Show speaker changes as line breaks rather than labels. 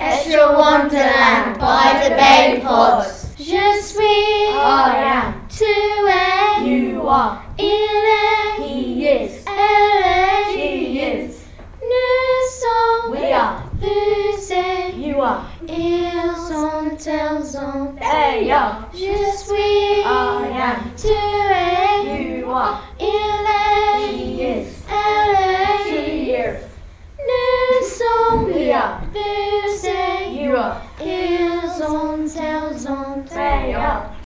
Extra Wonderland by the Bay Pods. Je suis
I
tu es,
You are.
il est,
He is.
elle
She
est,
is.
nous sommes,
We are.
vous êtes,
You are.
ils sont, elles ont.
They are.
Je suis
I
tu es,
You are.
il
He
est,
is.
elle
She
est,
is.
nous sommes,
We are.
vous êtes,
You are.
ils ont,